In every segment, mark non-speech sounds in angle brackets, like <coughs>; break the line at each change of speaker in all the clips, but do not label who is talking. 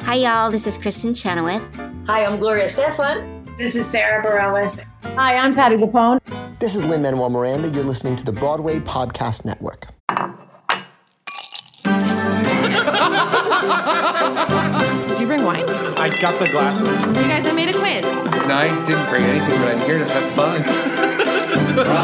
Hi, y'all. This is Kristen Chenoweth.
Hi, I'm Gloria Stefan.
This is Sarah Bareilles.
Hi, I'm Patty Lapone.
This is Lynn Manuel Miranda. You're listening to the Broadway Podcast Network.
Did you bring wine?
I got the glasses.
You guys, I made a quiz.
And I didn't bring anything, but I'm here to have fun.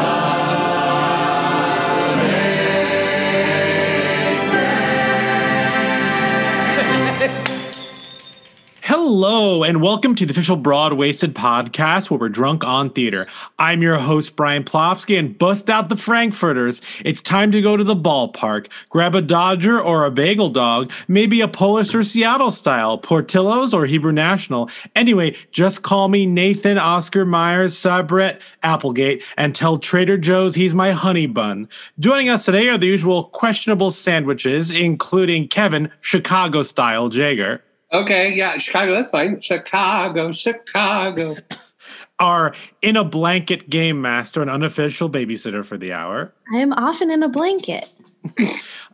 Hello, and welcome to the official Broad Wasted podcast where we're drunk on theater. I'm your host, Brian Plofsky, and bust out the Frankfurters. It's time to go to the ballpark, grab a Dodger or a bagel dog, maybe a Polish or Seattle style, Portillo's or Hebrew National. Anyway, just call me Nathan Oscar Myers Sabret Applegate and tell Trader Joe's he's my honey bun. Joining us today are the usual questionable sandwiches, including Kevin, Chicago style Jager.
Okay, yeah, Chicago, that's fine. Chicago, Chicago.
are in a blanket game master, an unofficial babysitter for the hour.
I am often in a blanket.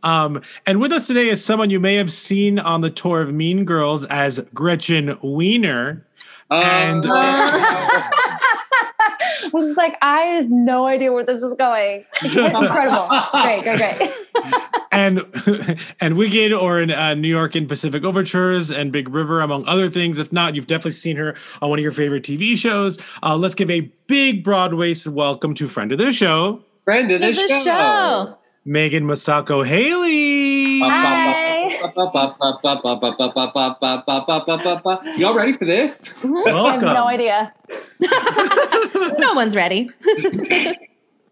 Um, and with us today is someone you may have seen on the tour of Mean Girls as Gretchen Wiener. And-
Uh,
I was just like, I have no idea where this is
<laughs>
going. Incredible. great, great, great.
and <laughs> and Wicked or in uh, New York in Pacific Overtures and Big River, among other things. If not, you've definitely seen her on one of your favorite TV shows. Uh, let's give a big Broadway welcome to friend of the show,
friend of the,
It's a show.
Megan Masako Haley.
Hi.
show. Y'all ready for this?
Oh, I have
Welcome.
no <laughs> idea.
<laughs> No one's ready.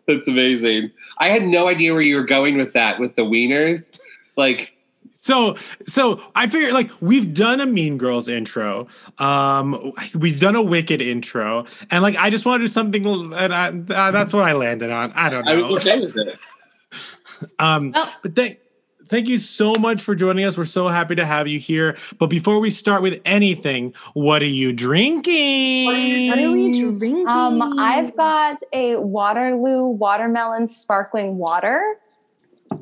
That's amazing. I had no idea where you were going with that, with the wieners. Like,
So, so I figured like we've done a Mean Girls intro, um, we've done a Wicked intro, and like I just want to do something, and I, uh, that's what I landed on. I don't
I
know.
was okay with it.
Um,
Well-
but thank, thank you so much for joining us. We're so happy to have you here. But before we start with anything, what are you drinking?
What are we drinking?
Um, I've got a Waterloo watermelon sparkling water.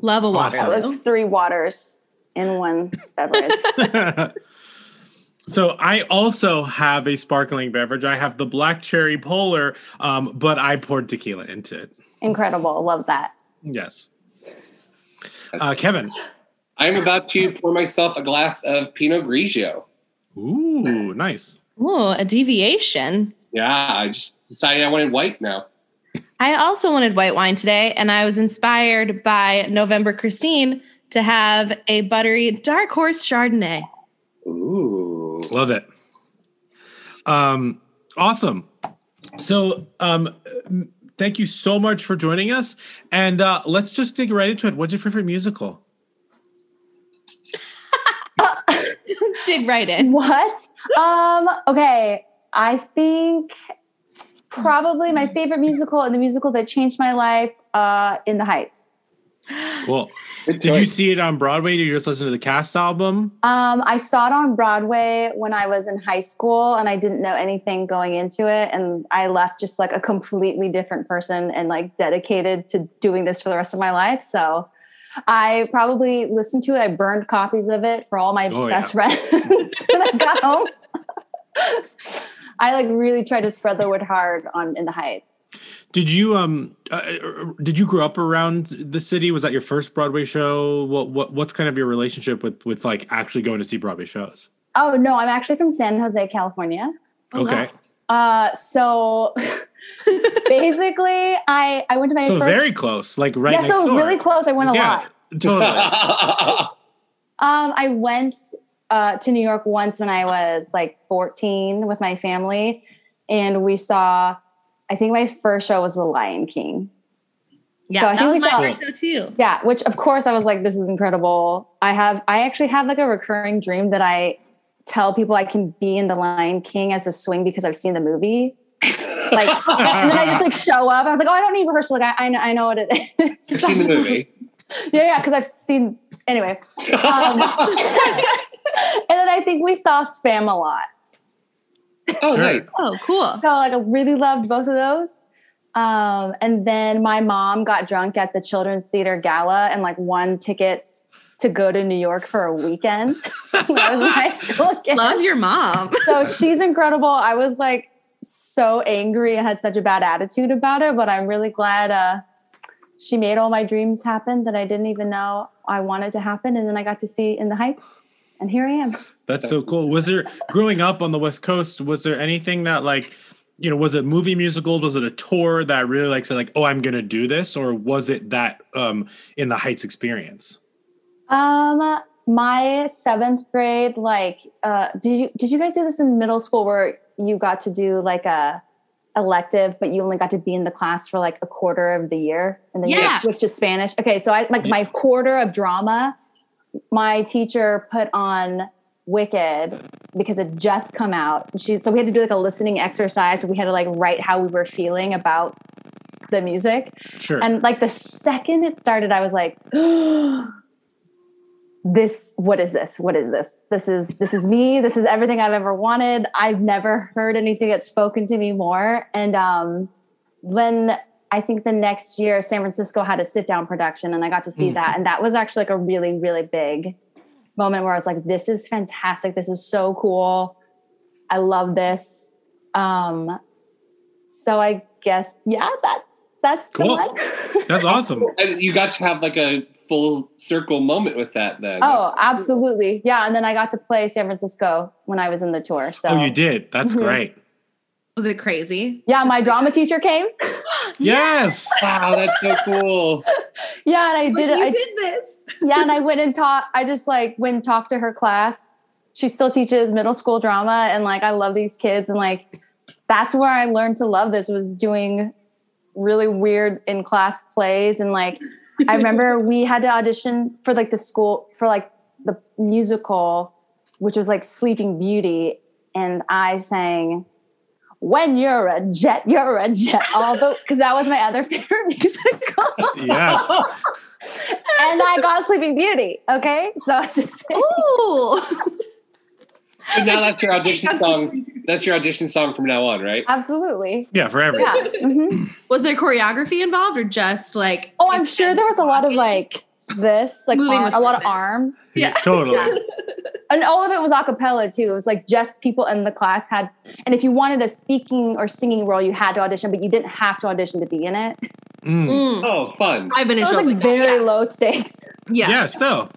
love a water.
That was three waters in one beverage.
<laughs> So I also have a sparkling beverage. I have the black cherry polar, um, but I poured tequila into it.
Incredible. Love that.
Yes. Uh, Kevin.
I'm about to pour myself a glass of Pinot Grigio.
Ooh, nice.
Ooh, a deviation.
Yeah, I just decided I wanted white now.
I also wanted white wine today, and I was inspired by November Christine to have a buttery dark horse Chardonnay. <laughs>
<laughs> Ooh.
Love it. Um, awesome. So, um, m- thank you so much for joining us. And uh, let's just dig right into it. What's your favorite musical?
Dig right in.
What? Um, okay. I think probably my favorite musical and the musical that changed my life, uh, In the Heights.
Well, did you see it on Broadway? Did you just listen to the cast album?
Um, I saw it on Broadway when I was in high school and I didn't know anything going into it. And I left just like a completely different person and like dedicated to doing this for the rest of my life. So I probably listened to it. I burned copies of it for all my
Oh,
best friends <laughs> when I got home. I like really tried to spread the word hard on in the heights.
Did you um uh, did you grow up around the city? Was that your first Broadway show? What what what's kind of your relationship with with like actually going to see Broadway shows?
Oh no, I'm actually from San Jose, California.
Oh, wow.
Okay.
Uh, so <laughs> basically, I I went to my
So
first
very close, like right
yeah,
next
so
door.
really close. I went a
yeah,
lot.
Totally.
<laughs>
Um, I went uh, to New York once when I was like 14 with my family, and we saw. I think my first show was The Lion King.
Yeah,
So I
that
think
was
we
my
saw-
first show too.
Yeah, which of course I was like, this is incredible. I have, I actually have like a recurring dream that I tell people I can be in The Lion King as a swing because I've seen the movie. like, and then I
<laughs>
just like show up. I was like, oh, I don't need rehearsal. Like, I, I, know, I know what it is.
You've seen the
<laughs>
movie.
Yeah, yeah, because I've seen anyway. Um, <laughs> and then I think we saw Spam a lot.
<laughs> oh,
Sure.
nice.
Oh, cool.
<laughs> So like I really loved both of those. Um, and then my mom got drunk at the children's theater gala and like won tickets to go to New York for a weekend <laughs> when I was in high <laughs> school. again.
Love your mom.
So she's incredible. I was like so angry and had such a bad attitude about it, but I'm really glad uh, she made all my dreams happen that I didn't even know I wanted to happen. And then I got to see in the Heights, and here I am.
That's so cool. Was there growing up on the West Coast? Was there anything that like, you know, was it movie musicals? Was it a tour that really like said like, oh, I'm gonna do this, or was it that um in the Heights experience?
Um, my seventh grade, like, uh, did you did you guys do this in middle school where you got to do like a elective, but you only got to be in the class for like a quarter of the year, and then you
Yeah.
like, switched to Spanish? Okay, so I like my quarter of drama, my teacher put on Wicked because it just come out. And She so we had to do like a listening exercise. We had to like write how we were feeling about the music,
Sure.
and like the second it started, I was like, <gasps> this, what is this? What is this? This is this is me. This is everything I've ever wanted. I've never heard anything that's spoken to me more. And um when I think the next year San Francisco had a sit down production and I got to
Mm.
see that. And that was actually like a really, really big moment where I was like, this is fantastic. This is so cool. I love this. Um so I guess, yeah, that's that's the
Cool.
one. <laughs>
<laughs>
That's awesome.
And you got to have like a full circle moment with that then.
Oh, absolutely. Yeah. And then I got to play San Francisco when I was in the tour. So
Oh, you did. That's
Mhm.
mm-hmm. <laughs>
great.
Was it crazy?
Yeah, my drama teacher came. <laughs>
Yes.
Wow, that's so cool.
Yeah, and I
Like,
did it.
you
I,
did this.
yeah, and I went and taught. I just like went and talked to her class. She still teaches middle school drama, and like I love these kids, and like that's where I learned to love this was doing really weird in class plays, and like I remember we had to audition for like the school for like the musical, which was like Sleeping Beauty, and I sang. When you're a jet, you're a jet. All the because that was my other <laughs> favorite musical
Yes.
and I got Sleeping Beauty. Okay, so I just
Ooh.
And now that's your audition song. That's your audition song from now on, right?
<laughs> absolutely,
Yeah, for everything.
<laughs>
yeah. mhm.
Was there choreography involved or just like
Oh, I'm sure there was a lot of like this, like
Moving
arm-
with
a lot of
purpose.
arms,
Yeah.
Totally.
and all of it was a cappella too. It was like just people in the class had, and if you wanted a speaking or singing role, you had to audition, but you didn't have to audition to be in it.
Mm.
Mm,
Oh, fun. <laughs>
I've been in
It was
shows
like
like that.
very low stakes.
Yeah. yeah.
Yes, though.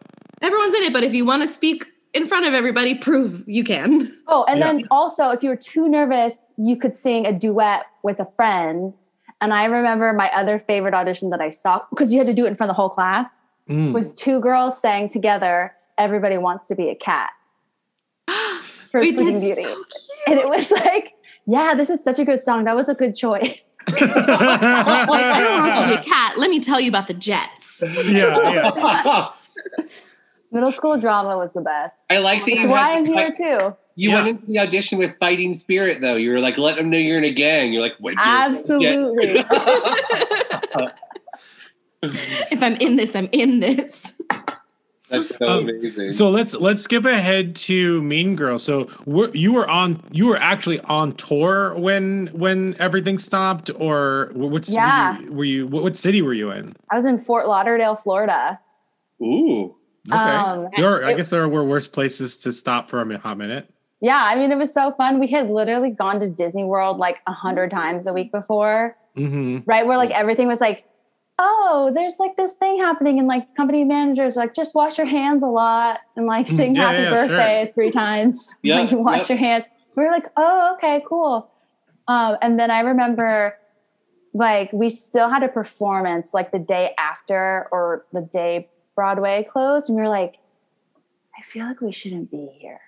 Everyone's in it, but if you want to speak in front of everybody, prove you
<laughs>
can. <laughs>
Oh, and
Yeah.
then also, if you were too nervous, you could sing a duet with a friend. And I remember my other favorite audition that I saw because you had to do it in front of the whole class.
<laughs>
Mm. <laughs>
was two girls sang together everybody wants to be a cat for
Wait,
sleeping
that's
beauty
so cute.
and it was <laughs> like yeah this is such a good song that was a good choice <laughs>
Like, I don't want to be
<laughs>
a cat. Let me tell you about the Jets.
yeah, yeah.
middle school drama was the best
I like that
it's
you,
why
had-
i'm here
like,
too
you
Yeah.
went into the audition with fighting spirit, though. You were like, let them know you're in a gang. You're like, wait.
absolutely
If I'm in this, I'm in this.
That's so
Um,
amazing.
So let's let's skip ahead to Mean Girls. So were, you were on you were actually on tour when when everything stopped, or wh- what? city
Yeah.
Were you, were you what, what city were you in?
i was in fort lauderdale florida
Ooh.
Okay.
Um,
there are, I
it-
guess there were worse places to stop for a mi- hot minute.
yeah i mean it was so fun we had literally gone to disney world like a hundred times the week before
hmm
right? Where like everything was like, oh, there's like this thing happening, and like company managers are like just wash your hands a lot and like
Mm,
sing
yeah,
happy
yeah,
birthday three times <laughs>
Yeah,
when you wash
yeah.
your hands. We were like, oh, okay, cool. Um, and then I remember like we still had a performance like the day after or the day Broadway closed, and we were like, I feel like we shouldn't be here.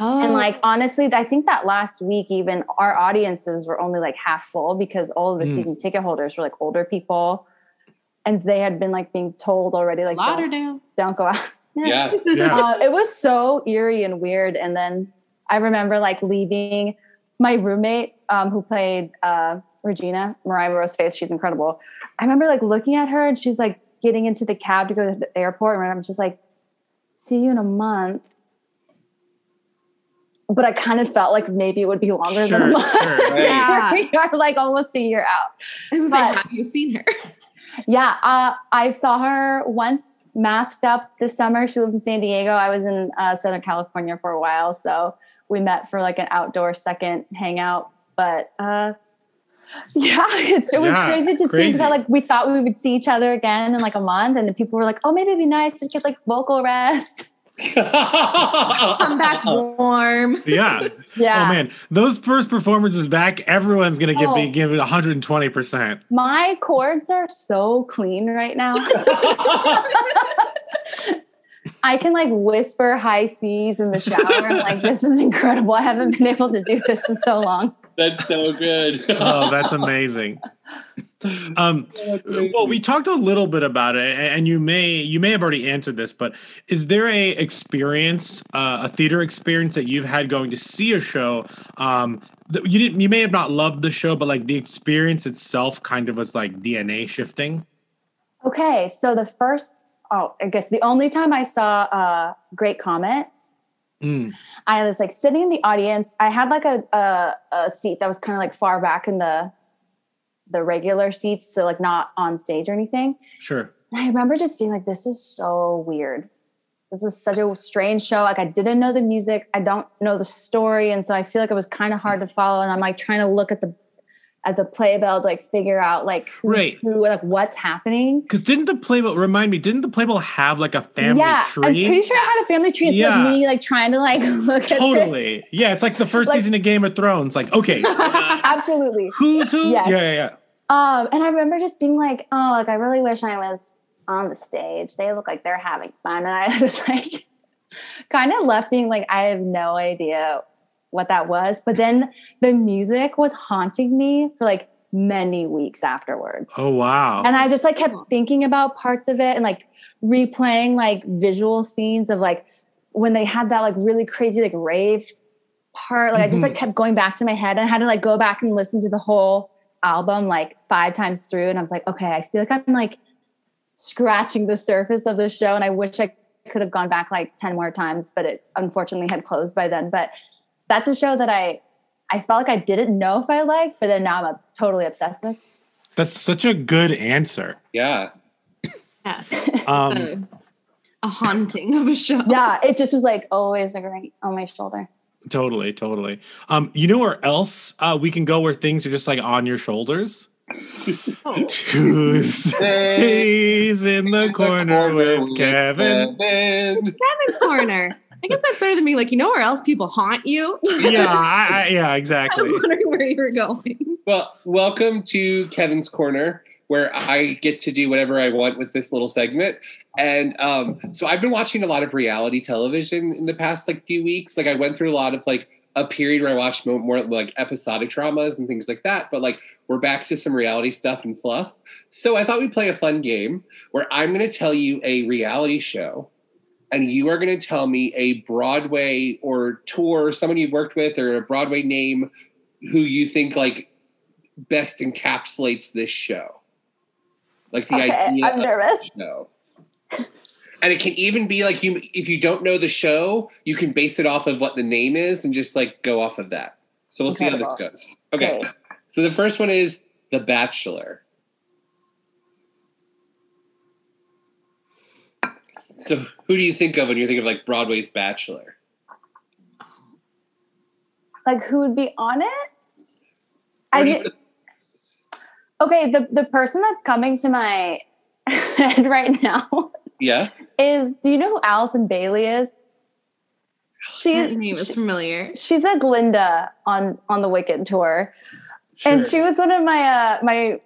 Oh,
<laughs> And like honestly, I think that last week even our audiences were only like half full because all of the
Mm.
season ticket holders were like older people, and they had been like being told already like don't,
Lauderdale.
don't go out.
Yeah.
<laughs>
Yeah.
Uh, it was so eerie and weird. And then I remember like leaving my roommate um, who played uh, Regina Mariah Rose Faith. She's incredible. I remember like looking at her and she's like getting into the cab to go to the airport, and I'm just like, "See you in a month." But I kind of felt like maybe it would be longer than a
sure.
month. <laughs>
sure.
Right.
Yeah.
we are like almost a year out.
I was like,
But-
have you seen her?
Yeah, uh, I saw her once masked up this summer. She lives in San Diego. I was in uh, Southern California for a while, so we met for like an outdoor second hangout. But uh, <laughs> yeah, <laughs> it's, it was
Yeah,
crazy to
crazy.
think about. Like we thought we would see each other again in like a month, and then people were like, "Oh, maybe it'd be nice to get like vocal rest." <laughs>
Come <laughs> back warm.
Yeah.
Yeah,
Oh man, those first performances back, everyone's gonna give
Oh.
be given 120. percent
my chords are so clean
<laughs>
right now. I can like whisper high C's in the shower. I'm like, this is incredible. I haven't been able to do this in so long.
<laughs> That's so good. <laughs>
Oh, that's
<laughs>
amazing. Um, well, we talked a little bit about it, a- and you may you may have already answered this, but is there a experience, uh, a theater experience that you've had going to see a show? Um, that you didn't, you may have not loved the show, but like the experience itself, kind of was like DNA shifting.
Okay, so the first, oh, I guess the only time I saw uh, Great Comet,
Mm.
I was like sitting in the audience. I had like a a, a seat that was kind of like far back in the the regular seats, so like not on stage or anything.
Sure.
And I remember just being like, this is so weird. This is such a strange show. Like, I didn't know the music. I don't know the story. And so I feel like it was kind of hard to follow. And I'm like trying to look at the at the playbill to like figure out like who's
Right.
who, like what's happening.
Because didn't the playbill remind me? Didn't the playbill have like a family
yeah.
tree?
I'm pretty sure I had a family tree. It's
Yeah.
like me like trying to like <laughs> look at it.
totally. Yeah, it's like the first
Like-
season of Game of Thrones. Like,
<laughs>
okay,
Absolutely.
who's who?
Yes.
Yeah, yeah, yeah.
Um, and I remember just being like, oh, like I really wish I was on the stage. They look like they're having fun. And I <laughs> was like, kind of left being like, I have no idea what that was. But then the music was haunting me for like many weeks afterwards.
Oh wow.
And I just like kept thinking about parts of it and like replaying like visual scenes of like when they had that like really crazy like rave part. Like I just like kept going back to my head and I had to like go back and listen to the whole album like five times through. And I was like, okay, I feel like I'm like scratching the surface of the show. And I wish I could have gone back like 10 more times, but it unfortunately had closed by then. But that's a show that I I felt like I didn't know if I liked, but then now I'm uh, totally obsessed with.
That's such a good answer.
yeah.
Yeah.
Um,
A, a haunting of a show. <laughs>
yeah, it just was like always like right on my shoulder.
totally, totally. Um, you know where else uh, we can go where things are just like on your shoulders? <laughs> Tuesdays in
<laughs>
the corner with Kevin.
Kevin.
Kevin's corner. I guess that's better than being like, you know where else people haunt you? <laughs>
<laughs> Yeah, I, I, yeah,
I was
exactly.
wondering where you were going.
Well, welcome to Kevin's Corner, where I get to do whatever I want with this little segment. And um, so I've been watching a lot of reality television in the past like few weeks. Like I went through a lot of like a period where I watched more, more like episodic dramas and things like that. But like we're back to some reality stuff and fluff. So I thought we'd play a fun game where I'm going to tell you a reality show. And you are going to tell me a Broadway or tour, someone you've worked with, or a Broadway name who you think like best encapsulates this show. Like the
Okay,
idea
I'm
of
nervous.
the show. And it can even be like you if you don't know the show, you can base it off of what the name is and just like go off of that. So we'll see how this
Incredible.
goes. Okay.
Great.
So the first one is The Bachelor. So who do you think of when you think of like Broadway's Bachelor?
Like who would be on it?
Or
I
do you-
did, okay, the the person that's coming to my <laughs> head right now
yeah.
is do you know who Allison Bailey is?
That
She's
name was familiar.
she's a Glinda on on the Wicked tour. And
Sure.
she was one of my uh my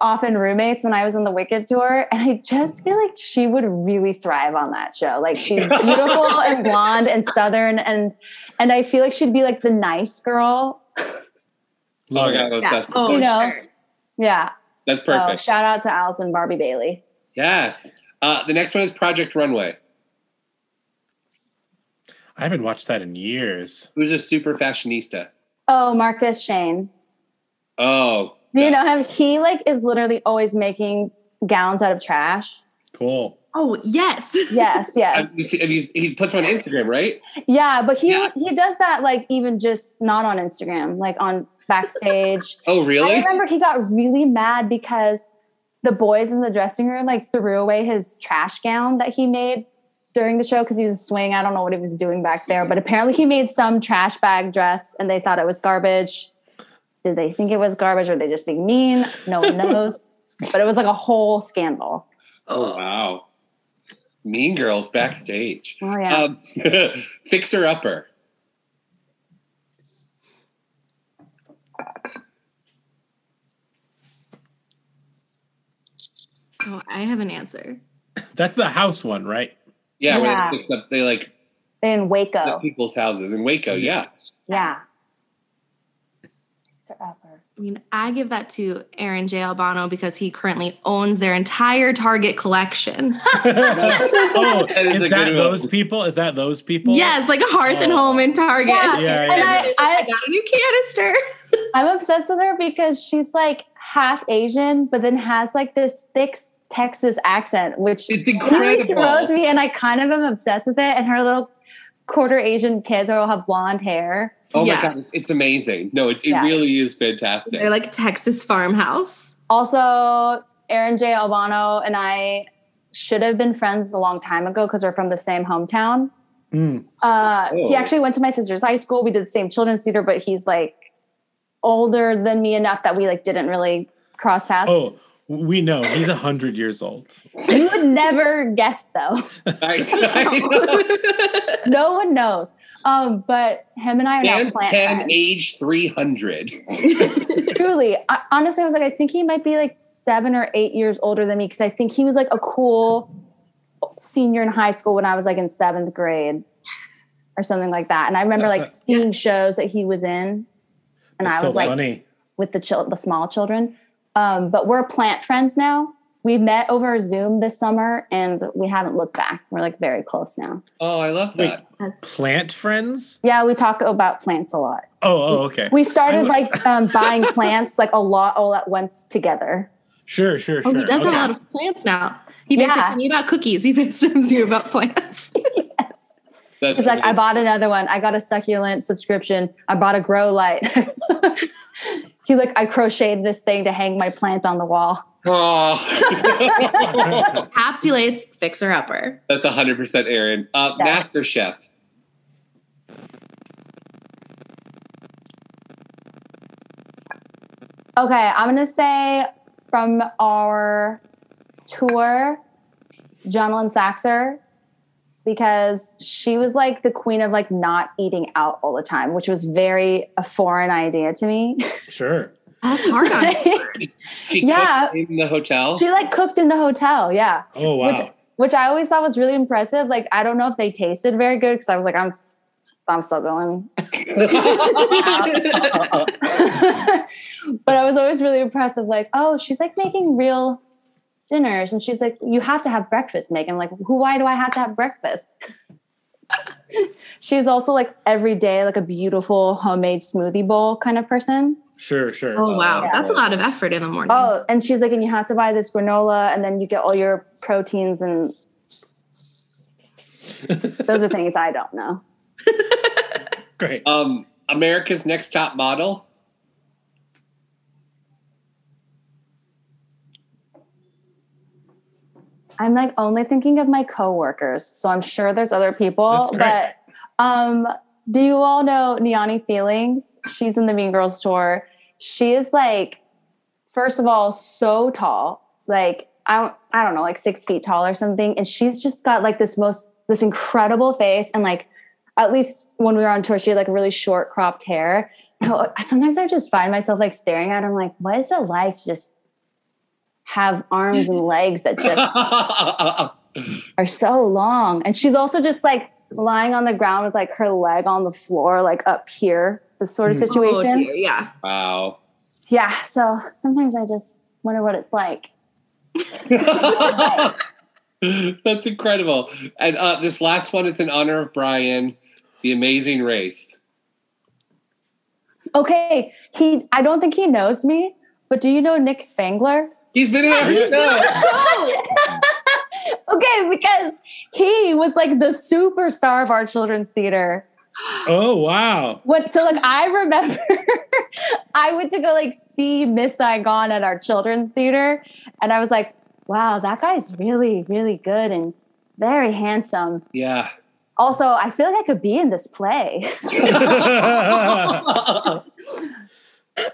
often roommates when I was on the Wicked tour. And I just feel like she would really thrive on that show.
<laughs>
Like she's beautiful and blonde and southern and and I feel like she'd be like the nice girl.
Oh
Love
my god, I'm
Yeah.
obsessed with
Oh,
her.
You know.
sure.
Yeah.
That's
So
perfect.
shout out to Allison Barbie Bailey.
Yes. Uh, the next one is Project Runway.
I haven't watched that in years.
Who's a super fashionista?
Oh, Marcus Shane.
Oh,
Do you
yeah.
know him? He like is literally always making gowns out of trash.
Cool.
Oh, yes.
<laughs>
Yes,
Have
yes.
you seen- have you- he puts them on Instagram, right?
Yeah, but he
Yeah.
he does that like even just not on Instagram, like on backstage.
Oh,
I
really?
remember he got really mad because the boys in the dressing room like threw away his trash gown that he made during the show because he was swinging. I don't know what he was doing back there, but apparently he made some trash bag dress and they thought it was garbage. Did they think it was garbage or they just being mean? No one knows. <laughs> but it was like a whole scandal.
Oh wow. Mean girls backstage.
Oh yeah.
Um, <laughs> fixer upper.
Oh, I have an answer.
That's the house one, right? <laughs>
Yeah,
Yeah. Oh.
where they fix up they like
in
the
Waco.
people's houses in Waco, yeah.
Yeah. Mr. Upper.
I mean, I give that to Aaron J. Albano because he currently owns their entire Target collection. <laughs>
oh,
That is
is
a
that
good one.
those people? Is that those people?
yes, like Hearth and
Oh.
Home and Target. <laughs>
Yeah,
Yeah,
and
yeah,
I,
I,
I,
got a new canister.
I'm obsessed with her because she's like half Asian, but then has like this thick Texas accent, which
It's
really throws
incredible.
me. And I kind of am obsessed with it. And her little quarter Asian kids all have blonde hair.
Oh my
Yeah.
god, it's, it's amazing. No, it's, it
Yeah.
really is fantastic.
They're like Texas farmhouse.
Also, Aaron J. Albano and I should have been friends a long time ago because we're from the same hometown.
Mm.
Uh, He
Oh.
actually went to my sister's high school. We did the same children's theater, but he's like older than me enough that we like didn't really cross paths.
Oh, we know he's a hundred years old.
Oh.
You would never guess though.
<laughs>
<laughs>
I- I know.
No one knows. Um, but him and I are now
Dan's
plant
10,
friends.
age 300.
Truly, I, honestly, I was like, I think he might be like seven or eight years older than me because I think he was like a cool senior in high school when I was like in seventh grade or something like that. And I
<laughs>
remember like seeing shows that he was in, and
That's
I was
so
like,
funny.
with the chil- the small children. Um, but we're plant friends now. We met over Zoom this summer, and we haven't looked back. We're like very close now.
Oh, I love
Wait.
that.
That's
Plant friends?
Yeah, we talk about plants a lot.
Oh, oh, okay.
We started
I-
like um, buying plants like a lot all at once together.
Sure, sure,
oh,
sure.
he does
okay.
have a lot of plants now. He yeah.
Yeah.
FaceTimes me about cookies. <laughs> He FaceTimes you about plants.
That's
It's like I
amazing.
bought another one. I got a succulent subscription. I bought a grow light. <laughs> He's like, I crocheted this thing to hang my plant on the wall.
Oh.
Capsulates fixer upper.
That's 100% Aaron. Uh,
Yeah.
Master Chef.
Okay, I'm gonna say from our tour, Jonalyn Saxer, because she was like the queen of like not eating out all the time, which was very a foreign idea to me.
<laughs>
Sure.
That's hard on you.
She
Yeah.
cooked in the hotel.
<laughs> she like cooked in the hotel, yeah,
Oh wow.
Which- which I always thought was really impressive. Like I don't know if they tasted very good because I was like I'm s- I'm still going <laughs> out. but I was always really impressed of like, oh, she's like making real dinners. And she's like, you have to have breakfast, Megan. Like, who, why do I have to have breakfast? <laughs> she's also like every day, like a beautiful homemade smoothie bowl kind of person.
sure, sure.
<laughs> Oh wow,
Yeah.
that's a lot of effort in the morning.
Oh, and she's like, and you have to buy this granola and then you get all your proteins and those are things I don't know.
Great.
um, America's Next Top Model.
I'm like only thinking of my coworkers, so I'm sure there's other people.
That's
But
right.
um, do you all know Niani Feelings? She's in the Mean Girls tour. She is like, first of all, so tall. Like I don't, I don't know, like six feet tall or something. And she's just got like this most this incredible face and like at least when we were on tour, she had like really short cropped hair. I- Sometimes I just find myself like staring at her. I'm like, what is it like to just have arms and legs that
<laughs>
just are so long. And she's also just like lying on the ground with like her leg on the floor, like up here, this sort of
Mm.
Oh,
situation.
dear, yeah.
wow. <laughs>
yeah. So sometimes I just wonder what it's like.
That's incredible. And uh, this last one is in honor of Brian, The Amazing Race.
Okay. He, I don't think he knows me, but do you know Nick Spangler?
He's been in every show.
<laughs> okay. Because he was like the superstar of our children's theater.
Oh
<laughs>
wow. <laughs>
What so like I remember <laughs> I went to go like see Miss Saigon at our children's theater and I was like, wow, that guy's really, really good and very handsome.
Yeah. <laughs>
Also, I feel like I could be in this play. <laughs> yeah,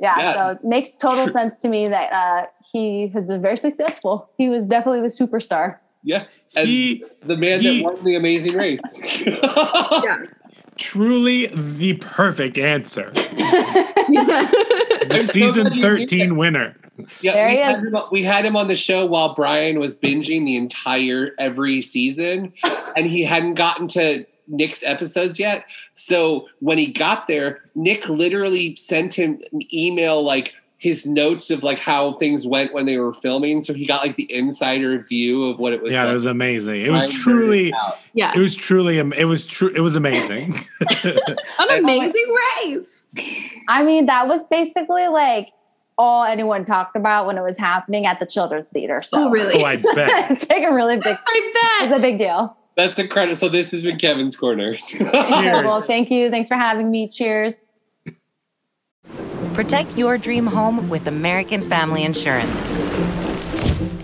Yeah.
so it makes total sense to me that uh, he has been very successful. He was definitely the superstar. <laughs>
yeah. And
he
the man
he-
that won the amazing race. <laughs>
truly the perfect
<laughs>
answer.
I'm
The
so
season
glad you did
13 winner.
Yeah,
There
we,
he
had
is.
him, we had him on the show while Brian was binging the entire every season, and he hadn't gotten to Nick's episodes yet. So when he got there, Nick literally sent him an email like his notes of like how things went when they were filming. So he got like the insider view of what it was.
Yeah,
like.
it was amazing. It
I'm
was
nerding
truly
out.
it
Yeah.
was truly am- it was true it
<laughs>
was amazing. <laughs>
An amazing race.
I mean, that was basically like all anyone talked about when it was happening at the children's theater. So
Oh, really?
oh, I bet.
<laughs>
<laughs>
it's like a really big
I
it's
bet.
a big deal.
That's the credit. So this has been Kevin's corner. <laughs>
Cheers.
Well, thank you. Thanks for having me. Cheers.
Protect your dream home with American Family Insurance.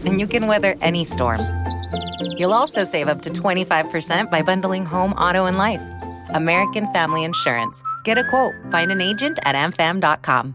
And you can weather any storm. You'll also save up to 25% by bundling home, auto, and life. American Family Insurance. Get a quote, find an agent at amfam.com.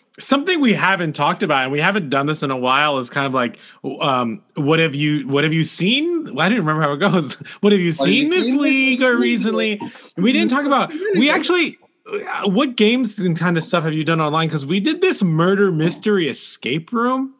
something we haven't talked about and we haven't done this in a while is kind of like um what have you what have you seen? Well, I didn't remember how it goes. <laughs> What have you
Are you
seen this
seen this
week or
week?
recently? We didn't talk about we actually uh, what games and kind of stuff have you done online cuz we did this murder mystery escape room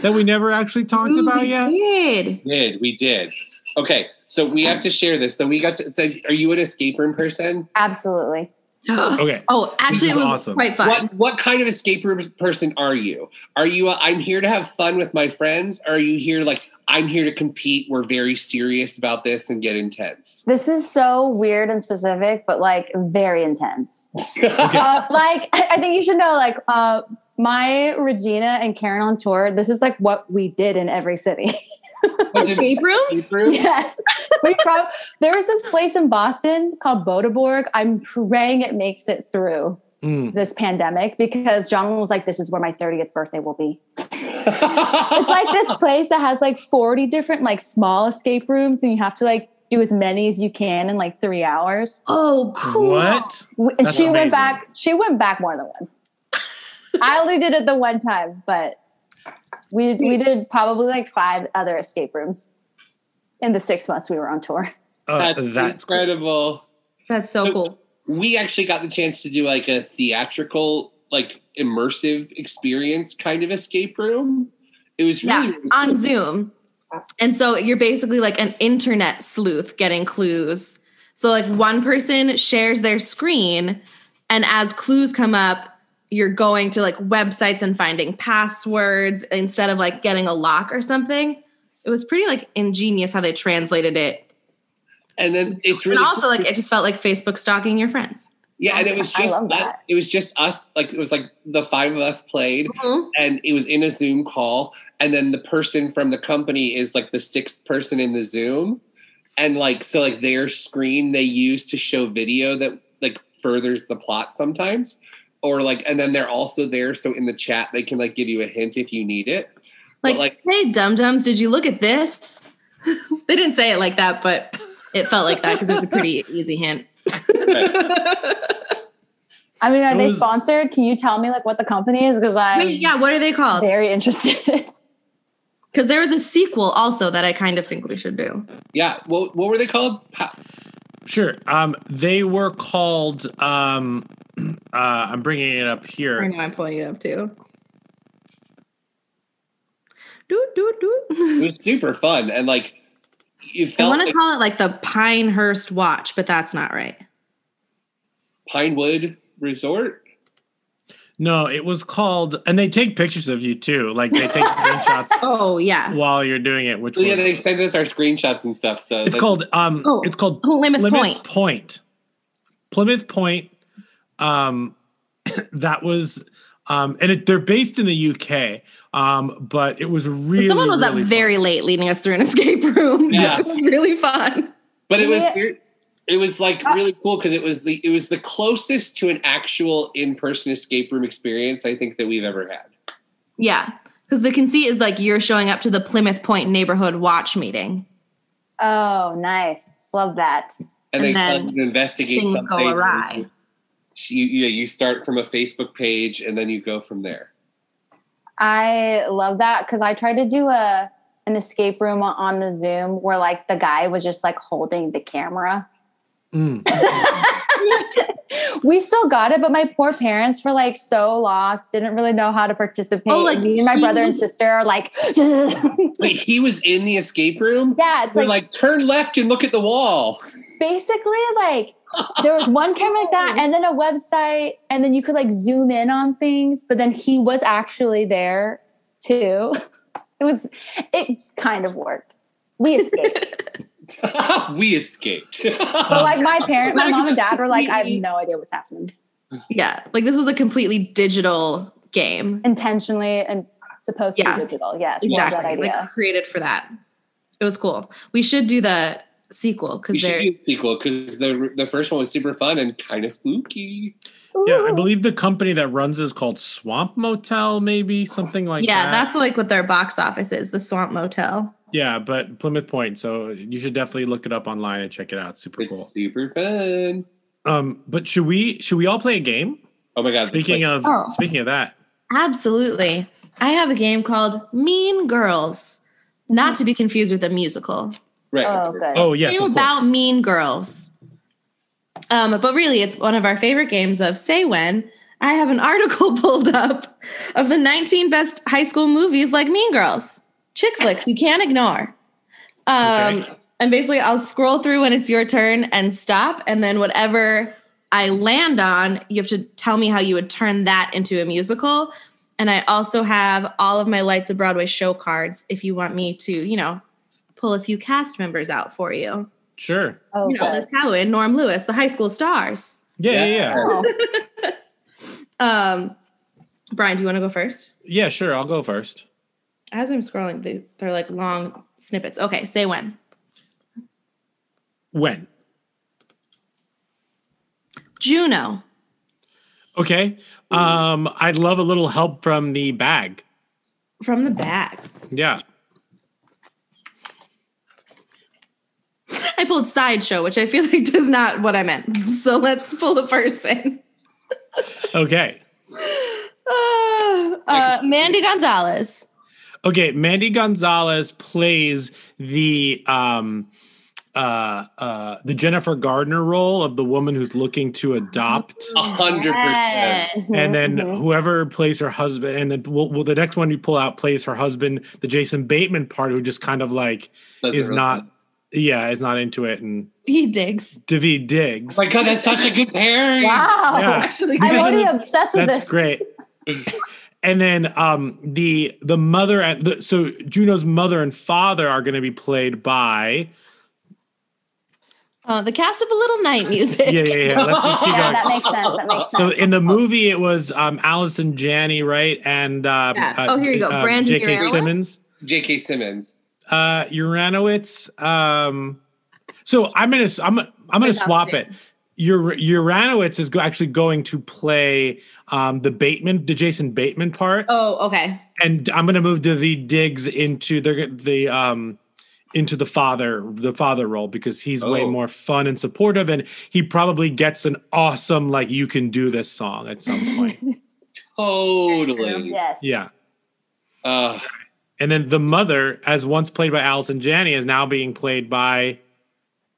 that we never actually talked
Ooh,
about
we
yet.
did.
did we did okay so we have to share this so we got to so are you an escape room person
Absolutely.
<gasps> Okay.
Oh, actually,
This
it
is
was
awesome.
quite fun.
what what kind of escape room person are you are you a, i'm here to have fun with my friends or are you here like i'm here to compete we're very serious about this and get intense
This is so weird and specific, but like very intense.
<laughs>
<laughs>
Uh, like I I think you should know, like uh, my Regina and Karen on tour. This is like what we did in every city. <laughs>
What did-
Escape rooms?
escape room?
yes, we prob- there was this place in Boston called Bodeborg. I'm praying it makes it through
Mm.
this pandemic because John was like, "This is where my 30th birthday will be." it's like this place that has like 40 different like small escape rooms, and you have to like do as many as you can in like three hours.
Oh, cool.
What?
W- and
That's
she
amazing.
went back she went back more than once i only did it the one time but we we did probably like five other escape rooms in the six months we were on tour
Uh,
that's,
that's cool.
incredible
Mm-hmm. That's so cool.
we actually got the chance to do like a theatrical like immersive experience kind of escape room it was really,
Yeah, on Zoom. And so you're basically like an internet sleuth getting clues. So like one person shares their screen and as clues come up, you're going to like websites and finding passwords instead of like getting a lock or something. It was pretty like ingenious how they translated it.
and then it's really
and also like it just felt like Facebook stalking your friends.
Yeah, and it was
I
just
love
that.
that.
It was just us. Like it was like the five of us played,
Mm-hmm.
Mhm.
and it was in a Zoom call. And then the person from the company is like the sixth person in the Zoom, and like so like their screen they use to show video that like furthers the plot sometimes, or like and then they're also there so in the chat they can like give you a hint if you need it.
Like,
like-
hey dum dums, did you look at this? <laughs> they didn't say it like that, but <laughs> it felt like that because it was a pretty easy
<laughs>
hint.
i mean are
It
they
was-
sponsored can you tell me like what the company is because i'm
Wait, yeah, what are they called?
very interested <laughs>
Because there was a sequel also that I kind of think we should do.
Yeah, what what were they called? Pa-
Sure. Um, they were called. Um, <clears throat> uh, I'm bringing it up here.
I know I'm pulling it up too. Do do do.
It was super fun, and like you
I
felt
want to
like
call it like the Pinehurst Watch, but that's not right.
Pinewood Resort.
No, it was called, and they take pictures of you too. Like
<laughs>
they take screenshots.
Oh yeah.
While you're doing it, which
Well, Oh, yeah,
was-
they send us our screenshots and stuff. So
it's
that's-
called um,
Oh,
it's called
Plymouth Point.
Point. Plymouth Point. Um, <coughs> that was um, and it, they're based in the UK. Um, but it was really
Someone was
really
up
fun.
very late leading us through an escape room.
Yeah.
Yeah. it was really fun.
But it was
Yeah.
ser- it was like really cool because it was the it was the closest to an actual in person escape room experience I think that we've ever had.
Yeah. Because the conceit is like you're showing up to the Plymouth Point neighborhood watch meeting.
Oh, nice. Love that.
And,
And
they
then
tell you to investigate
things go
something.
awry.
You, you, you start from a Facebook page and then you go from there.
I love that because I tried to do a an escape room on the Zoom where like the guy was just like holding
<laughs>
the camera. <laughs>
Mm.
We still got it, but my poor parents were like so lost, didn't really know how to participate.
Oh, like,
And me and my
he
brother and
was-
sister are like, <laughs> yeah,
Wait, he was in the escape room?
it's
We're
like,
like, turn left and look at the wall. <laughs>
basically like there was
<laughs>
one camera like
Oh.
that, and then a website, and then you could like zoom in on things, but then he was actually there too. <laughs> It was, it kind of worked. We escaped.
we escaped. <laughs>
But like my parents, my
Like,
mom and dad were like, I have
Um, completely-
no idea what's happening.
Yeah. Like this was a completely digital game.
Intentionally and supposed to
Yeah.
be digital. Yes. love that
Exactly.
idea.
Like created for that. It was cool. We should do the sequel
we
because
should
there
do a sequel because the the first one was super fun and kind of spooky.
Yeah, I
Ooh.
believe the company that runs it is called Swamp Motel, maybe something like
yeah,
that.
that's like what their box office is, the Swamp Motel.
yeah, but Plymouth Point. So you should definitely look it up online and check it out. It's super
It's
cool.
super fun.
Um, but should we should we all play a game?
Oh my god!
Speaking of
Oh.
speaking of that,
Absolutely. I have a game called Mean Girls,
Mm-hmm.
not to be confused with a musical.
right,
Oh,
okay.
good.
oh yes,
game
of
about
course.
mean girls. Um, but really, it's one of our favorite games of Say When. I have an <laughs> article pulled up of the 19 best high school movies like Mean Girls, chick flicks you can't ignore. Um,
Okay.
And basically, I'll scroll through when it's your turn and stop. And then whatever I land on, you have to tell me how you would turn that into a musical. And I also have all of my Lights of Broadway show cards if you want me to, you know, pull a few cast members out for you.
Sure.
Oh,
You know,
good.
Liz Calloway and Norm Lewis, the high school stars.
Yeah, yeah, yeah.
<laughs>
Oh,
Um, Brian, do you want to go first?
Yeah, sure. I'll go first.
As I'm scrolling, they, they're like long snippets. Okay, say when.
When?
Juno.
Okay. Um, I'd love a little help from the bag.
From the back.
Yeah.
I pulled sideshow, which I feel like does not what I meant. So let's pull a person.
Okay.
<laughs> Uh, uh, Mandy Gonzalez.
Okay, Mandy Gonzalez plays the um uh uh the Jennifer Gardner role of the woman who's looking to adopt
A hundred percent.
Mm-hmm.
and then whoever plays her husband and then well, well the next one you pull out plays her husband the Jason Bateman part who just kind of like
Doesn't
is
really-
not yeah is not into it and
He digs.
David Diggs
Oh my god, that's such a good pairing.
wow.
yeah
<laughs> Actually,
I'm
Because of
already
the-
obsessed with
that's
this.
great and then um the the mother and the, so Juno's mother and father are going to be played by
uh, the cast of A Little
<laughs>
Night Music.
yeah, yeah, yeah. Let's,
<laughs>
let's keep going.
Yeah, that makes sense. That makes
So
sense.
in the movie, it was um, Allison Janney, right? And um,
Yeah. Oh, here you go. Brandon
J.K.
Uranowitz?
Simmons,
J.K. Simmons.
uh, Uranowitz. Um, so I'm gonna I'm I'm gonna swap it. Ur- Uranowitz is go- actually going to play um, the Bateman, the Jason Bateman part,
Oh, okay.
and I'm gonna move to the Diggs into the the um, into the father the father role because he's way
Oh.
more fun and supportive, and he probably gets an awesome like you can do this song at some point. <laughs>
Totally.
yes.
Yeah.
Uh,
And then the mother, as once played by Allison Janney, is now being played by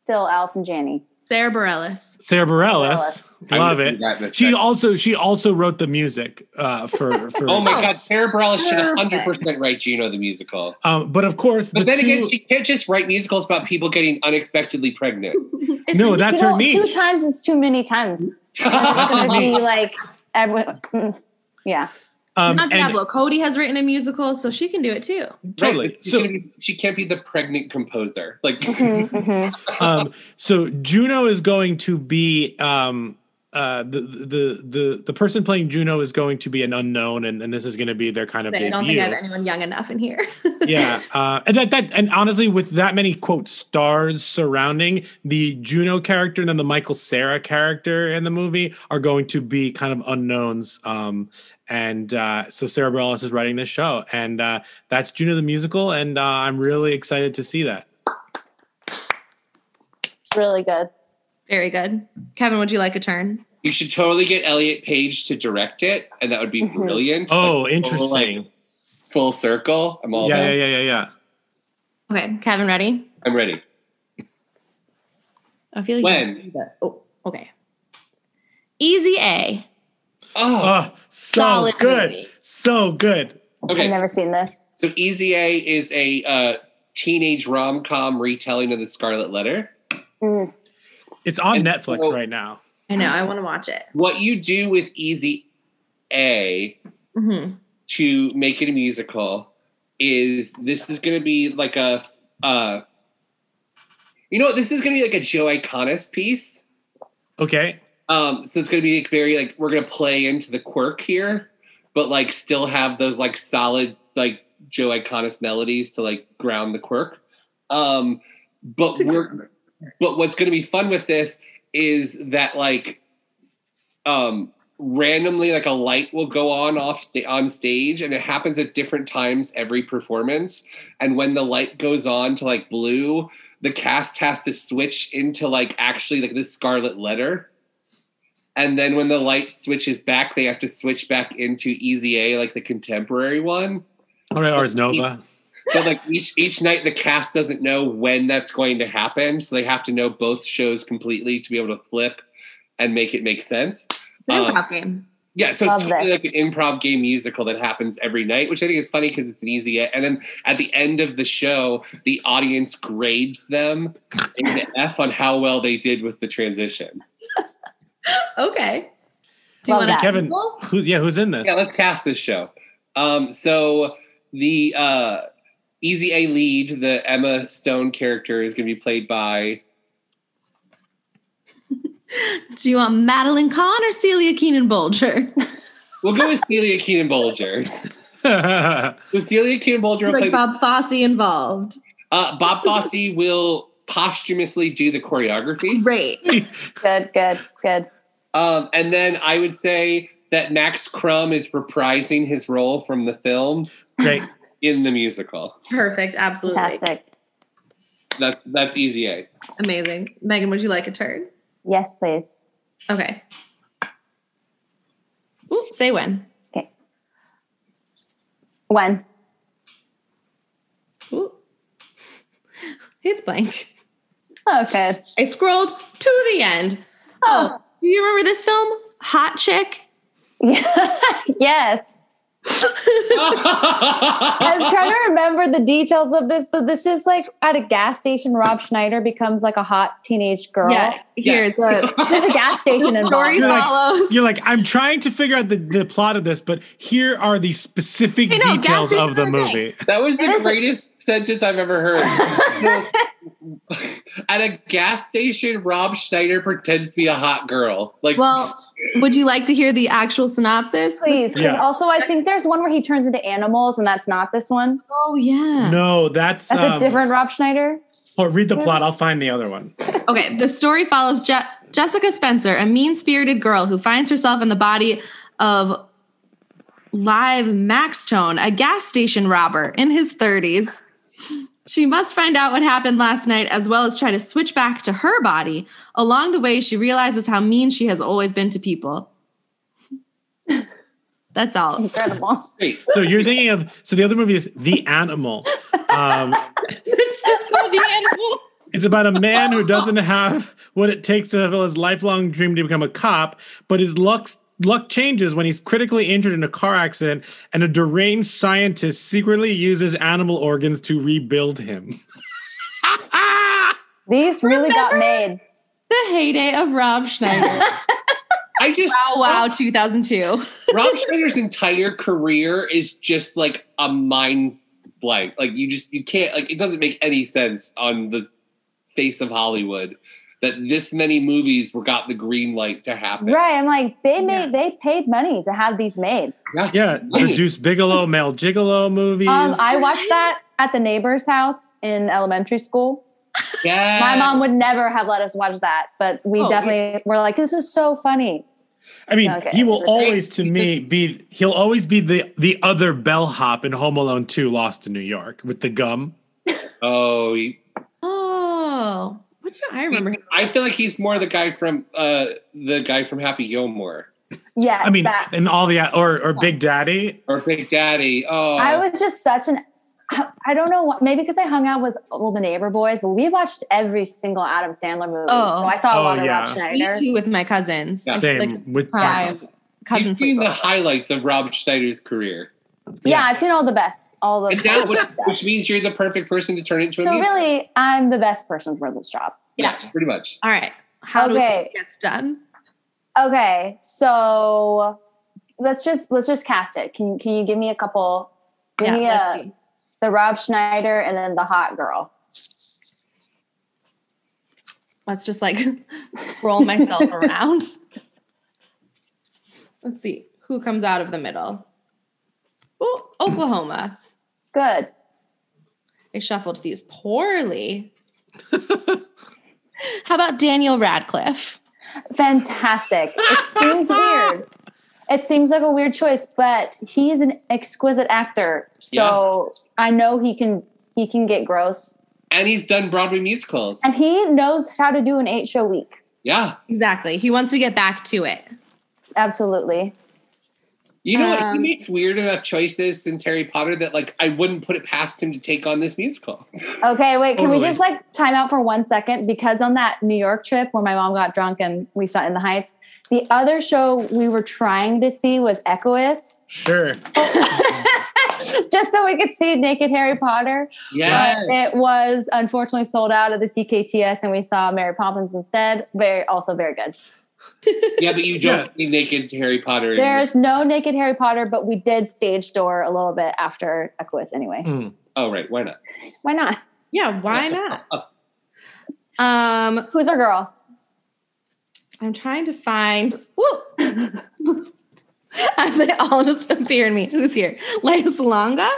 Still Allison Janney.
Sarah Bareilles.
Sarah Bareilles.
I'm
Love
gonna
it.
do that in a
She
second.
also she also wrote the music uh,
<laughs>
for for.
oh my god, Sarah Bareilles should
Perfect.
100% write Gino the musical.
Um, but of course,
But
the
then
two,
again, she can't just write musicals about people getting unexpectedly pregnant. <laughs>
no, that's
you know,
her niche. <laughs>
Two times is too many times. It's
That's
gonna
me.
be like everyone. mm. Yeah.
Um, Not Diablo. And, Cody has written a musical, so she can do it too.
Totally.
Right, so be, she can't be the pregnant composer. Like,
mm-hmm, mm-hmm.
Um, so Juno is going to be um, uh, the, the the the person playing Juno is going to be an unknown, and, and this is going to be their kind of.
I
debut.
don't think I have anyone young enough in here. <laughs>
yeah, uh, and that that and honestly, with that many quote stars surrounding the Juno character and then the Michael Sarah character in the movie are going to be kind of unknowns. Um, and uh, so Sarah Bareilles is writing this show, and uh, that's Juno the musical, and uh, I'm really excited to see that.
It's really good.
Very good. Kevin, would you like a turn?
You should totally get Elliot Page to direct it, and that would be mm-hmm. brilliant.
Oh, like, interesting.
Full, like, full circle. I'm all
yeah,
there.
yeah, yeah, yeah,
yeah. Okay, Kevin, ready?
I'm ready.
I feel like
when.
Oh, okay. Easy A.
Oh, oh so
solid
good,
movie.
so good.
Okay,
I've never seen this.
So Easy A is a uh, teenage rom com retelling of the Scarlet Letter.
Mm.
It's on
And
Netflix
so-
right now.
I know. I want to watch it.
What you do with Easy A
Mm-hmm.
to make it a musical is this is going to be like a uh, you know what? this is going to be like a Joe Iconis piece.
Okay,
Um, so it's going to be like very like we're going to play into the quirk here, but like still have those like solid like Joe Iconis melodies to like ground the quirk. Um, but we're but what's going to be fun with this is that like um randomly like a light will go on off sta- on stage and it happens at different times every performance and when the light goes on to like blue the cast has to switch into like actually like this scarlet letter and then when the light switches back they have to switch back into easy a like the contemporary one
all right, Ars Nova.
but like each each night the cast doesn't know when that's going to happen so they have to know both shows completely to be able to flip and make it make sense
Good
Um,
improv game.
yeah so
Love
it's totally
this.
like an improv game musical that happens every night which i think is funny because it's an easy and then at the end of the show the audience grades them in an f on how well they did with the transition
Okay. Do you want
Love
to
that.
Kevin, Who, yeah, who's in this?
Yeah, let's cast this show. Um, so the uh, Easy A lead, the Emma Stone character, is going to be played by.
Do you want Madeline Kahn or Celia Keenan Bolger?
We'll go with Celia Keenan Bolger. So Celia Keenan Bolger will play.
like
Bob,
Bob Fosse involved.
uh, Bob Fosse will posthumously do the choreography,
Great.
Good, good, good.
um, and then I would say that Max Crumb is reprising his role from the film
<laughs> Great.
in the musical.
Perfect. Absolutely.
Fantastic.
That, that's Easy A. <laughs>
Amazing. Megan, would you like a turn?
Yes, please.
Okay. Ooh, say when.
When?
Ooh. It's blank.
Okay.
I scrolled to the end. Oh, do you remember this film? Hot Chick?
<laughs> yes. I was trying to remember the details of this, but this is like at a gas station, Rob Schneider becomes like a hot teenage girl.
Yeah. Here's <laughs> the
<laughs> There's a gas station
the
in
story
You're like-
follows.
You're like, I'm trying to figure out the, the plot of this, but here are the specific
I know,
details
gas
of the
station is a
movie.
That was the greatest sentence I've ever heard. At a gas station, Rob Schneider pretends to be a hot girl. Like,
Well, would you like to hear the actual synopsis?
Please.
Yeah.
please. Also, I think there's one where he turns into animals, and that's not this one.
Oh yeah.
No, that's,
That's a
um,
different Rob Schneider.
oh, read the plot. I'll find the other one.
Okay, the story follows Je- Jessica Spencer, a mean spirited girl who finds herself in the body of Live Maxtone, a gas station robber in his 30s. She must find out what happened last night as well as try to switch back to her body. Along the way, she realizes how mean she has always been to people. That's
<laughs>
all.
Incredible.
great.
So you're thinking of so the other movie is The Animal. Um,
it's just called the animal.
it's about a man who doesn't have what it takes to fulfill his lifelong dream to become a cop, but his luck luck changes when he's critically injured in a car accident, and a deranged scientist secretly uses animal organs to rebuild him.
These really got made.
The heyday of Rob Schneider. Oh.
I I just
wow, wow, 2002.
Rob Schneider's entire career is just like a mind blank. Like you just you can't like it doesn't make any sense on the face of Hollywood that this many movies were got the green light to happen.
Right. I'm like, they made they paid money to have these made.
Yeah.
Yeah, the Deuce Bigelow, Mel Gigolo movies.
Um, I watched that at the neighbor's house in elementary school.
Yeah.
My mom would never have let us watch that, but we
Oh,
definitely were like, this is so funny.
I mean,
Okay.
he will always, to
<laughs>
me, be he'll always be the the other bellhop in Home Alone Two: Lost in New York with the gum.
Oh, he-
Oh, what do I remember? him-
I feel like he's more the guy from uh the guy from Happy Gilmore
Yes.
I mean,
that.
and all the or or Big Daddy.
or Big Daddy. Oh,
I was just such an, I I don't know what, maybe because I hung out with all the neighbor boys, but we watched every single Adam Sandler movie.
Oh.
So I saw a
Oh,
lot of
yeah.
Rob Schneider.
Me too with my cousins.
Yeah.
I feel
Same
like this is
with
prime
myself.
cousin
you've seen the
sleepover.
highlights of Rob Schneider's career,
Yeah. I've seen all the best, all the
and now
<laughs>
which, which means you're the perfect person to turn into a
So
musical.
really, I'm the best person for this job.
Yeah, pretty much.
All right. How do we
Okay.
think it gets done?
Okay, so let's just let's just cast it. Can can you give me a couple? Give
Yeah,
me
let's
a,
see.
the Rob Schneider and then the hot girl.
Let's just like <laughs> scroll myself around. <laughs> Let's see who comes out of the middle. Oh, Oklahoma.
Good.
I shuffled these poorly.
<laughs>
How about Daniel Radcliffe?
Fantastic. It seems weird. It seems like a weird choice, but he's an exquisite actor. So I know he can he can get gross.
And he's done Broadway musicals.
And he knows how to do an eight show week.
Yeah,
Exactly. He wants to get back to it.
Absolutely.
you know what? He
Um,
makes weird enough choices since Harry Potter that like I wouldn't put it past him to take on this musical.
Okay, wait. Can we
Totally.
just like time out for one second? Because on that New York trip where my mom got drunk and we saw In the Heights, the other show we were trying to see was Echoist,
Sure.
<laughs> just so we could see naked Harry Potter.
Yeah,
It was unfortunately sold out at the TKTS, and we saw Mary Poppins instead. Very, also very good.
yeah, but you don't
Yeah.
see naked Harry Potter. in this.
There's no naked Harry Potter, but we did stage door a little bit after Echoist anyway.
Oh right, why not?
Why not?
Yeah, why not?
<laughs>
Um,
Who's our girl?
I'm trying to find. Woo! <laughs> As they all just appear in me. Who's here? Leia Salonga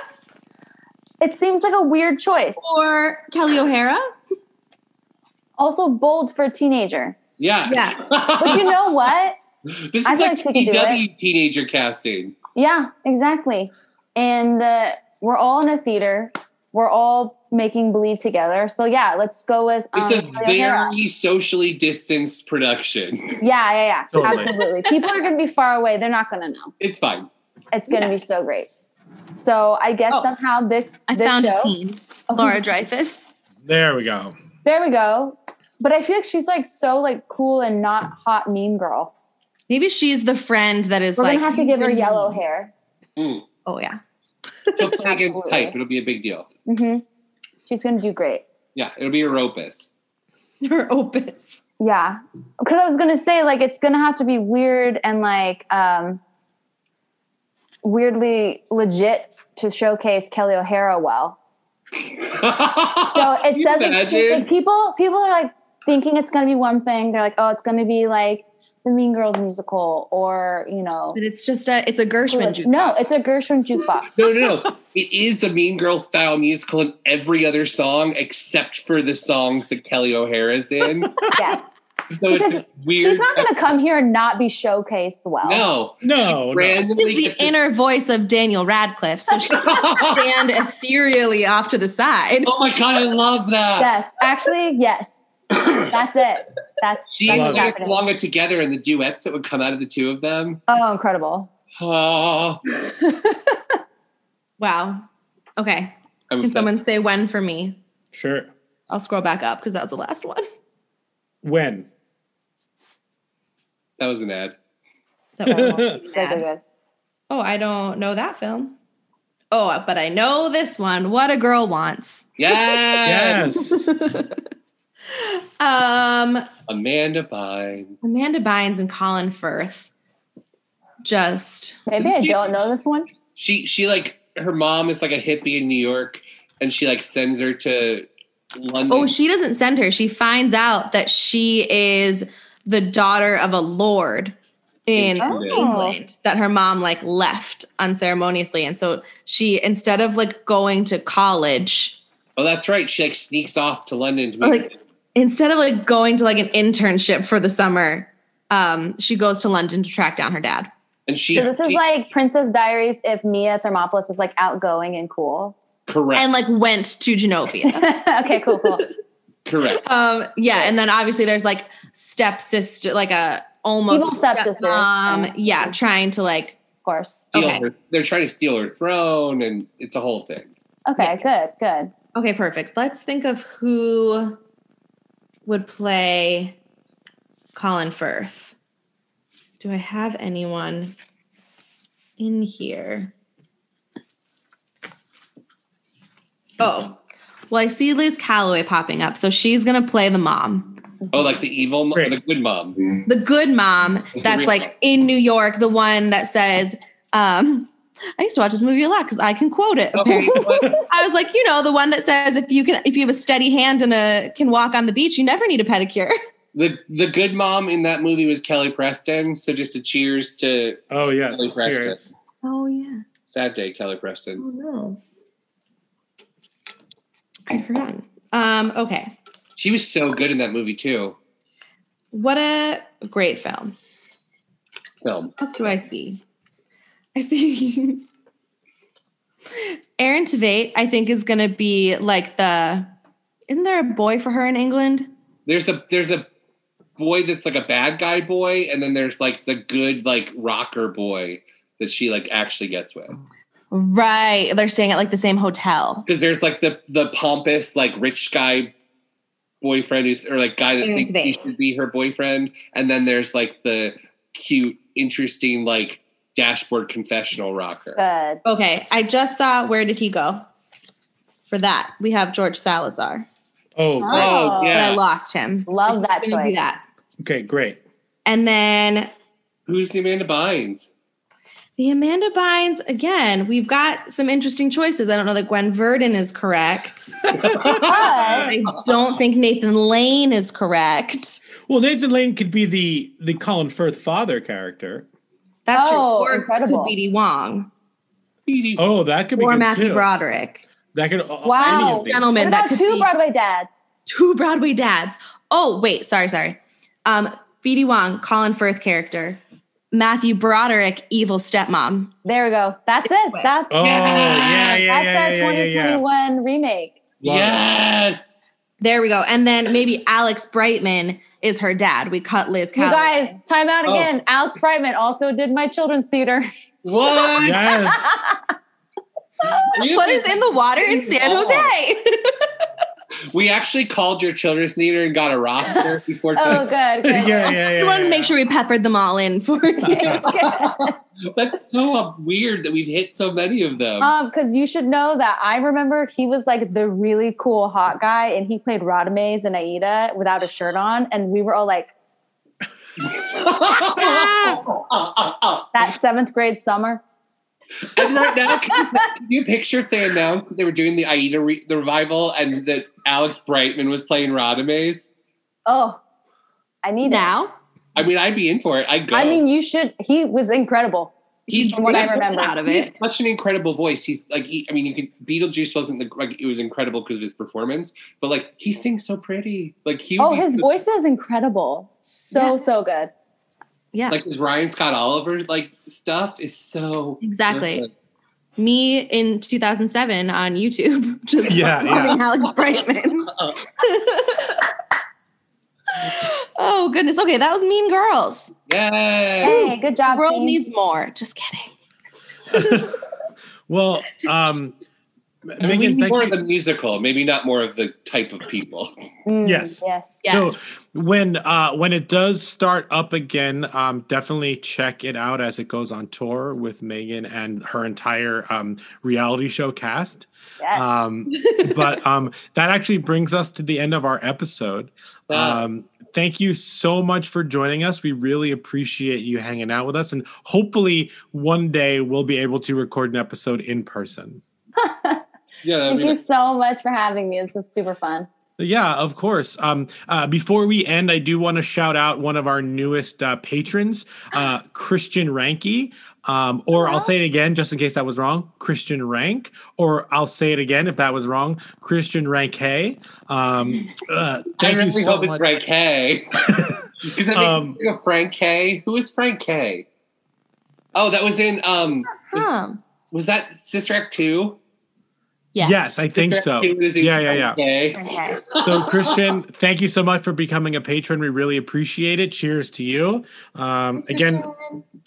It seems like a weird choice.
or Kelly O'Hara?
Also bold for a teenager.
Yeah, <laughs>
But you know what?
this is
I feel
like
like we could do
CW teenager casting.
Yeah, exactly. And uh, we're all in a theater. We're all making believe together. So yeah, let's go with um,
It's a
Kelly
very
O'Hara.
socially distanced production.
yeah, yeah, yeah.
Totally.
Absolutely. People are going to be far away. They're not going to know.
It's fine.
It's going to be so great. So I guess
Oh.
somehow this
I
this
found
show-
a team.
Oh,
Laura Dreyfus.
There we go.
There we go. But I feel like she's like so like cool and not hot mean girl.
Maybe she's the friend that is
We're
like.
gonna have to give her yellow hair.
Mm.
Oh
<laughs>
yeah.
She'll play against
Absolutely.
type. It'll be a big deal.
hmm She's gonna do great.
Yeah, it'll be a
<laughs>
ropus.
Her opus.
Yeah. Cause I was gonna say, like, it's gonna have to be weird and like um weirdly legit to showcase Kelly O'Hara well.
<laughs>
So it
You
doesn't
imagine?
like, people people are like thinking it's gonna be one thing. They're like, oh, it's gonna be like the Mean Girls musical or you know
But it's just a. It's a Gershwin jukebox.
No, it's a Gershwin jukebox.
<laughs> no, no, no. It is a Mean Girl style musical in every other song except for the songs that Kelly O'Hara's
<laughs>
in.
yes.
So
Because
it's this weird.
She's not gonna come here and not be showcased well.
<laughs> no,
Oh,
No, no.
randomly
She's
gets
the inner voice of Daniel Radcliffe, so
<laughs>
she can
<laughs> oh
stand ethereally off to the side.
my god, I love that.
Yes. Actually,
<coughs>
yes. That's it. That's
She
that's
and
Love it.
what's
Leah
happening.
Kalonga together in the duets that would come out of the two of them. <laughs>
Oh, incredible.
Oh,
Wow. Okay.
I'm
Can
obsessed.
someone say when for me?
Sure.
I'll scroll back up because that was the last one.
When?
that was an ad.
That one won't be
Good, good,
mad.
good.
oh, I don't know that film. Oh, but I know this one. What a girl wants.
Yes.
Yes.
Um,
Amanda Bynes.
Amanda Bynes and Colin Firth. Just
Maybe I don't know this one.
She she like her mom is like a hippie in New York, and she like sends her to London.
oh, she doesn't send her. She finds out that she is the daughter of a lord in
Oh.
England that her mom like left unceremoniously, and so she instead of like going to college,
oh, that's right. She like sneaks off to London to
or,
meet.
Oh, like instead of like going to like an internship for the summer, um, she goes to London to track down her dad.
and she
So this is
she-
like Princess Diaries if Mia Thermopolis was like outgoing and cool. <laughs>
correct
and like went to Genovia.
okay, cool, cool.
correct.
um, yeah, and then obviously there's like stepsister, like a
Evil
almost
stepsister.
mom.
Of
Yeah, trying to like
course.
Steal
okay.
her, they're trying to steal her throne, and it's a whole thing.
Okay, good, good.
okay, perfect. Let's think of who would play Colin Firth. Do I have anyone in here? Oh, well, I see Liz Calloway popping up, so she's gonna play the mom.
Oh, like the evil, mom,
Great.
the good mom.
the good
<laughs>
mom that's
real mom.
like in New York, the one that says, um, I used to watch this movie a lot because I can quote it.
Oh,
Apparently,
what?
<laughs> I was like, you know, the one that says if you can, if you have a steady hand and a can walk on the beach, you never need a pedicure. <laughs>
the the good mom in that movie was Kelly Preston. So just a cheers to
Oh yes.
Kelly Preston.
Cheers.
Oh yeah,
Sad day, Kelly Preston.
no, I forgot. Um, okay,
She was so good in that movie too.
what a great film.
Film.
What else do I see? I see. <laughs> Aaron Tveit, I think, is going to be like the. Isn't there a boy for her in England?
There's a there's a boy that's like a bad guy boy, and then there's like the good like rocker boy that she like actually gets with.
Right. They're staying at like the same hotel.
Because there's like the the pompous like rich guy boyfriend who, or like guy that
Aaron
thinks he
Tveit.
should be her boyfriend, and then there's like the cute, interesting like dashboard confessional rocker.
<laughs>
Good.
Okay. I just saw Where Did He Go? For that, we have George Salazar,
Oh, great.
Oh,
Oh.
but I
yeah.
lost him.
Love that
I'm gonna do
choice.
that.
okay, great.
And then
Who's the Amanda Bynes?
the Amanda Bynes, again, we've got some interesting choices. I don't know that Gwen Verdon is correct.
But
<laughs> I don't think Nathan Lane is correct.
Well, Nathan Lane could be the the Colin Firth father character.
That's
Oh,
true. Or
incredible.
could be BD Wong
Oh, that could be
or
good
Matthew
too.
Broderick.
That could uh,
Wow.
any of these.
Gentlemen. Man,
what
that
about
could
two
be-
Broadway dads?
Two <laughs> Broadway dads. Oh, wait, sorry, sorry. Um, BD Wong, Colin Firth character. Matthew Broderick, evil stepmom.
There we go. That's it. That's
Oh yeah, yeah, yeah, yeah,
that's our
yeah, yeah, yeah.
2021 remake.
Love it.
Yes.
There we go. And then maybe Alex Brightman is her dad. We cut Liz
You
Calloway.
guys, time out
Oh.
again. Alex Brightman also did my children's
<laughs>
theater.
What?
Yes. <laughs>
what is in the water in San
Oh,
Jose?
We actually called your children's theater and got a roster before.
Oh, good.
yeah,
good.
yeah,
<laughs>
yeah.
we wanted to
yeah.
make sure we peppered them all in
<laughs>
for you.
That's so uh, weird that we've hit so many of them.
Um, because you should know that I remember he was like the really cool hot guy, and he played Radames and Aida without a shirt on, and we were all like that seventh grade summer.
<laughs> and right now, can you, can you picture if they announced that they were doing the Aida re- the revival and that Alex Brightman was playing Radames?
Oh, I need that.
now.
I mean, I'd be in for it. I'd go.
I mean, you should. He was incredible.
He-
from what I
he's-
remember.
Out of
He
it.
has such an incredible voice. He's like, he, I mean, you could Beetlejuice wasn't the like it was incredible because of his performance, but like he sings so pretty. Like he,
Oh,
would be
his
so-
voice is incredible. So
Yeah.
so good.
Yeah.
like his Ryan Scott Oliver like stuff is so
Exactly. me in 2007 on YouTube, <laughs> just
<laughs> Yeah,
<laughs>
loving Alex
<laughs>
Brightman. oh goodness! Okay, that was Mean Girls.
Yeah.
Hey, good job.
The world
team.
needs more. Just kidding.
Well, um,
I mean, we
Megan,
need
thank
more
you. Um,
of the musical, maybe not more of the type of people. <laughs>
Mm,
Yes.
Yes.
Yeah.
So when uh, when it does start up again, um, definitely check it out as it goes on tour with Megan and her entire um, reality show cast.
Uh, <laughs>
Yes.
Uh, Um, but um, that actually brings us to the end of our episode.
Wow.
Um, thank you so much for joining us. We really appreciate you hanging out with us. And hopefully, one day we'll be able to record an episode in person.
yeah, that'd
Thank
be
you
nice.
so much for having me. This was super fun.
Yeah, of course. Um, uh, before we end, I do want to shout out one of our newest uh, patrons, uh, Christian Ranky. Um, or I'll say it again just in case that was wrong, Christian Rank. Or I'll say it again if that was wrong, Christian Rank Hay.
<laughs>
Um, uh,
I
thank you
really
so
hope it's
much. <laughs>
Frank K. Is that
Um,
um, Frank K? Who is Frank K? Oh, that was in um was,
From.
was that Sister Act 2?
Yes. I think
Sister
so.
Act 2 is in
Yeah, yeah,
Frank
yeah.
K.
Okay.
So, Christian, thank you so much for becoming a patron. We really appreciate it. Cheers to you. Um, again,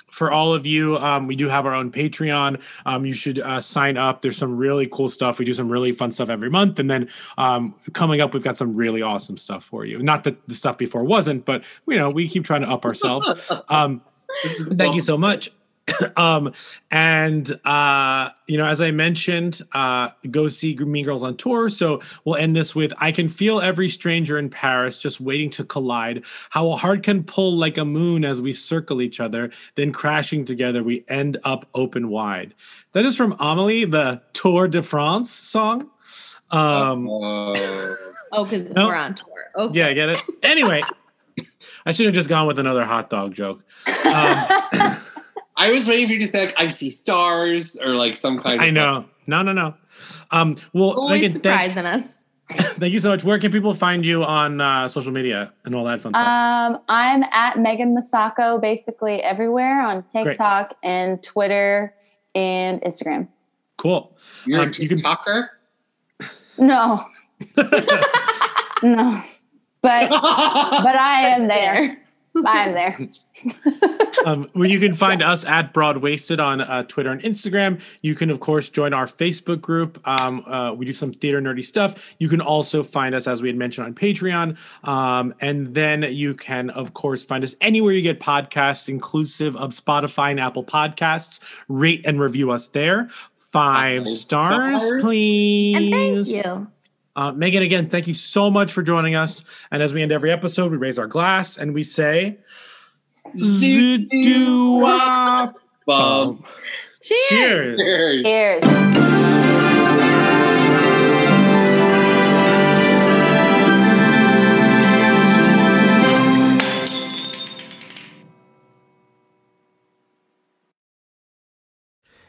for all of you, um, we do have our own Patreon. Um, you should uh, sign up. There's some really cool stuff. We do some really fun stuff every month. And then um, coming up, we've got some really awesome stuff for you. Not that the stuff before wasn't, but you know, we keep trying to up ourselves. Um, thank you so much. <coughs> um, and uh, you know, as I mentioned, uh, go see Mean Girls on tour. So we'll end this with I can feel every stranger in Paris just waiting to collide. How a heart can pull like a moon as we circle each other, then crashing together, we end up open wide. That is from Amelie, the Tour de France song. Um,
Oh.
Oh, because
No.
we're on tour. Oh, Okay.
yeah, I get it. Anyway, <coughs> I should have just gone with another hot dog joke. Um,
I was waiting for you to say like I see stars or like some kind
I
of
know. No, no, no. Um, well,
Always
Megan, thank,
surprising us.
thank you so much. Where can people find you on uh, social media and all that fun stuff?
Um, I'm at Megan Masako basically everywhere on TikTok and Twitter and Instagram.
cool.
You're
Um,
a
you can-
TikToker?
No, <laughs> no,
<laughs>
but but I am there. I am there.
um, well, you can find us at Broad Wasted on uh, Twitter and Instagram. You can, of course, join our Facebook group. Um, uh, we do some theater nerdy stuff. You can also find us, as we had mentioned, on Patreon. Um, and then you can, of course, find us anywhere you get podcasts, inclusive of Spotify and Apple Podcasts. Rate and review us there. Five
Five
stars,
stars.
<laughs> And
please.
thank you.
Uh, Megan, again, thank you so much for joining us. And as we end every episode, we raise our glass and we say, Zoot-doo-wop. Oh,
<laughs> Bum.
Cheers.
Cheers.
Cheers.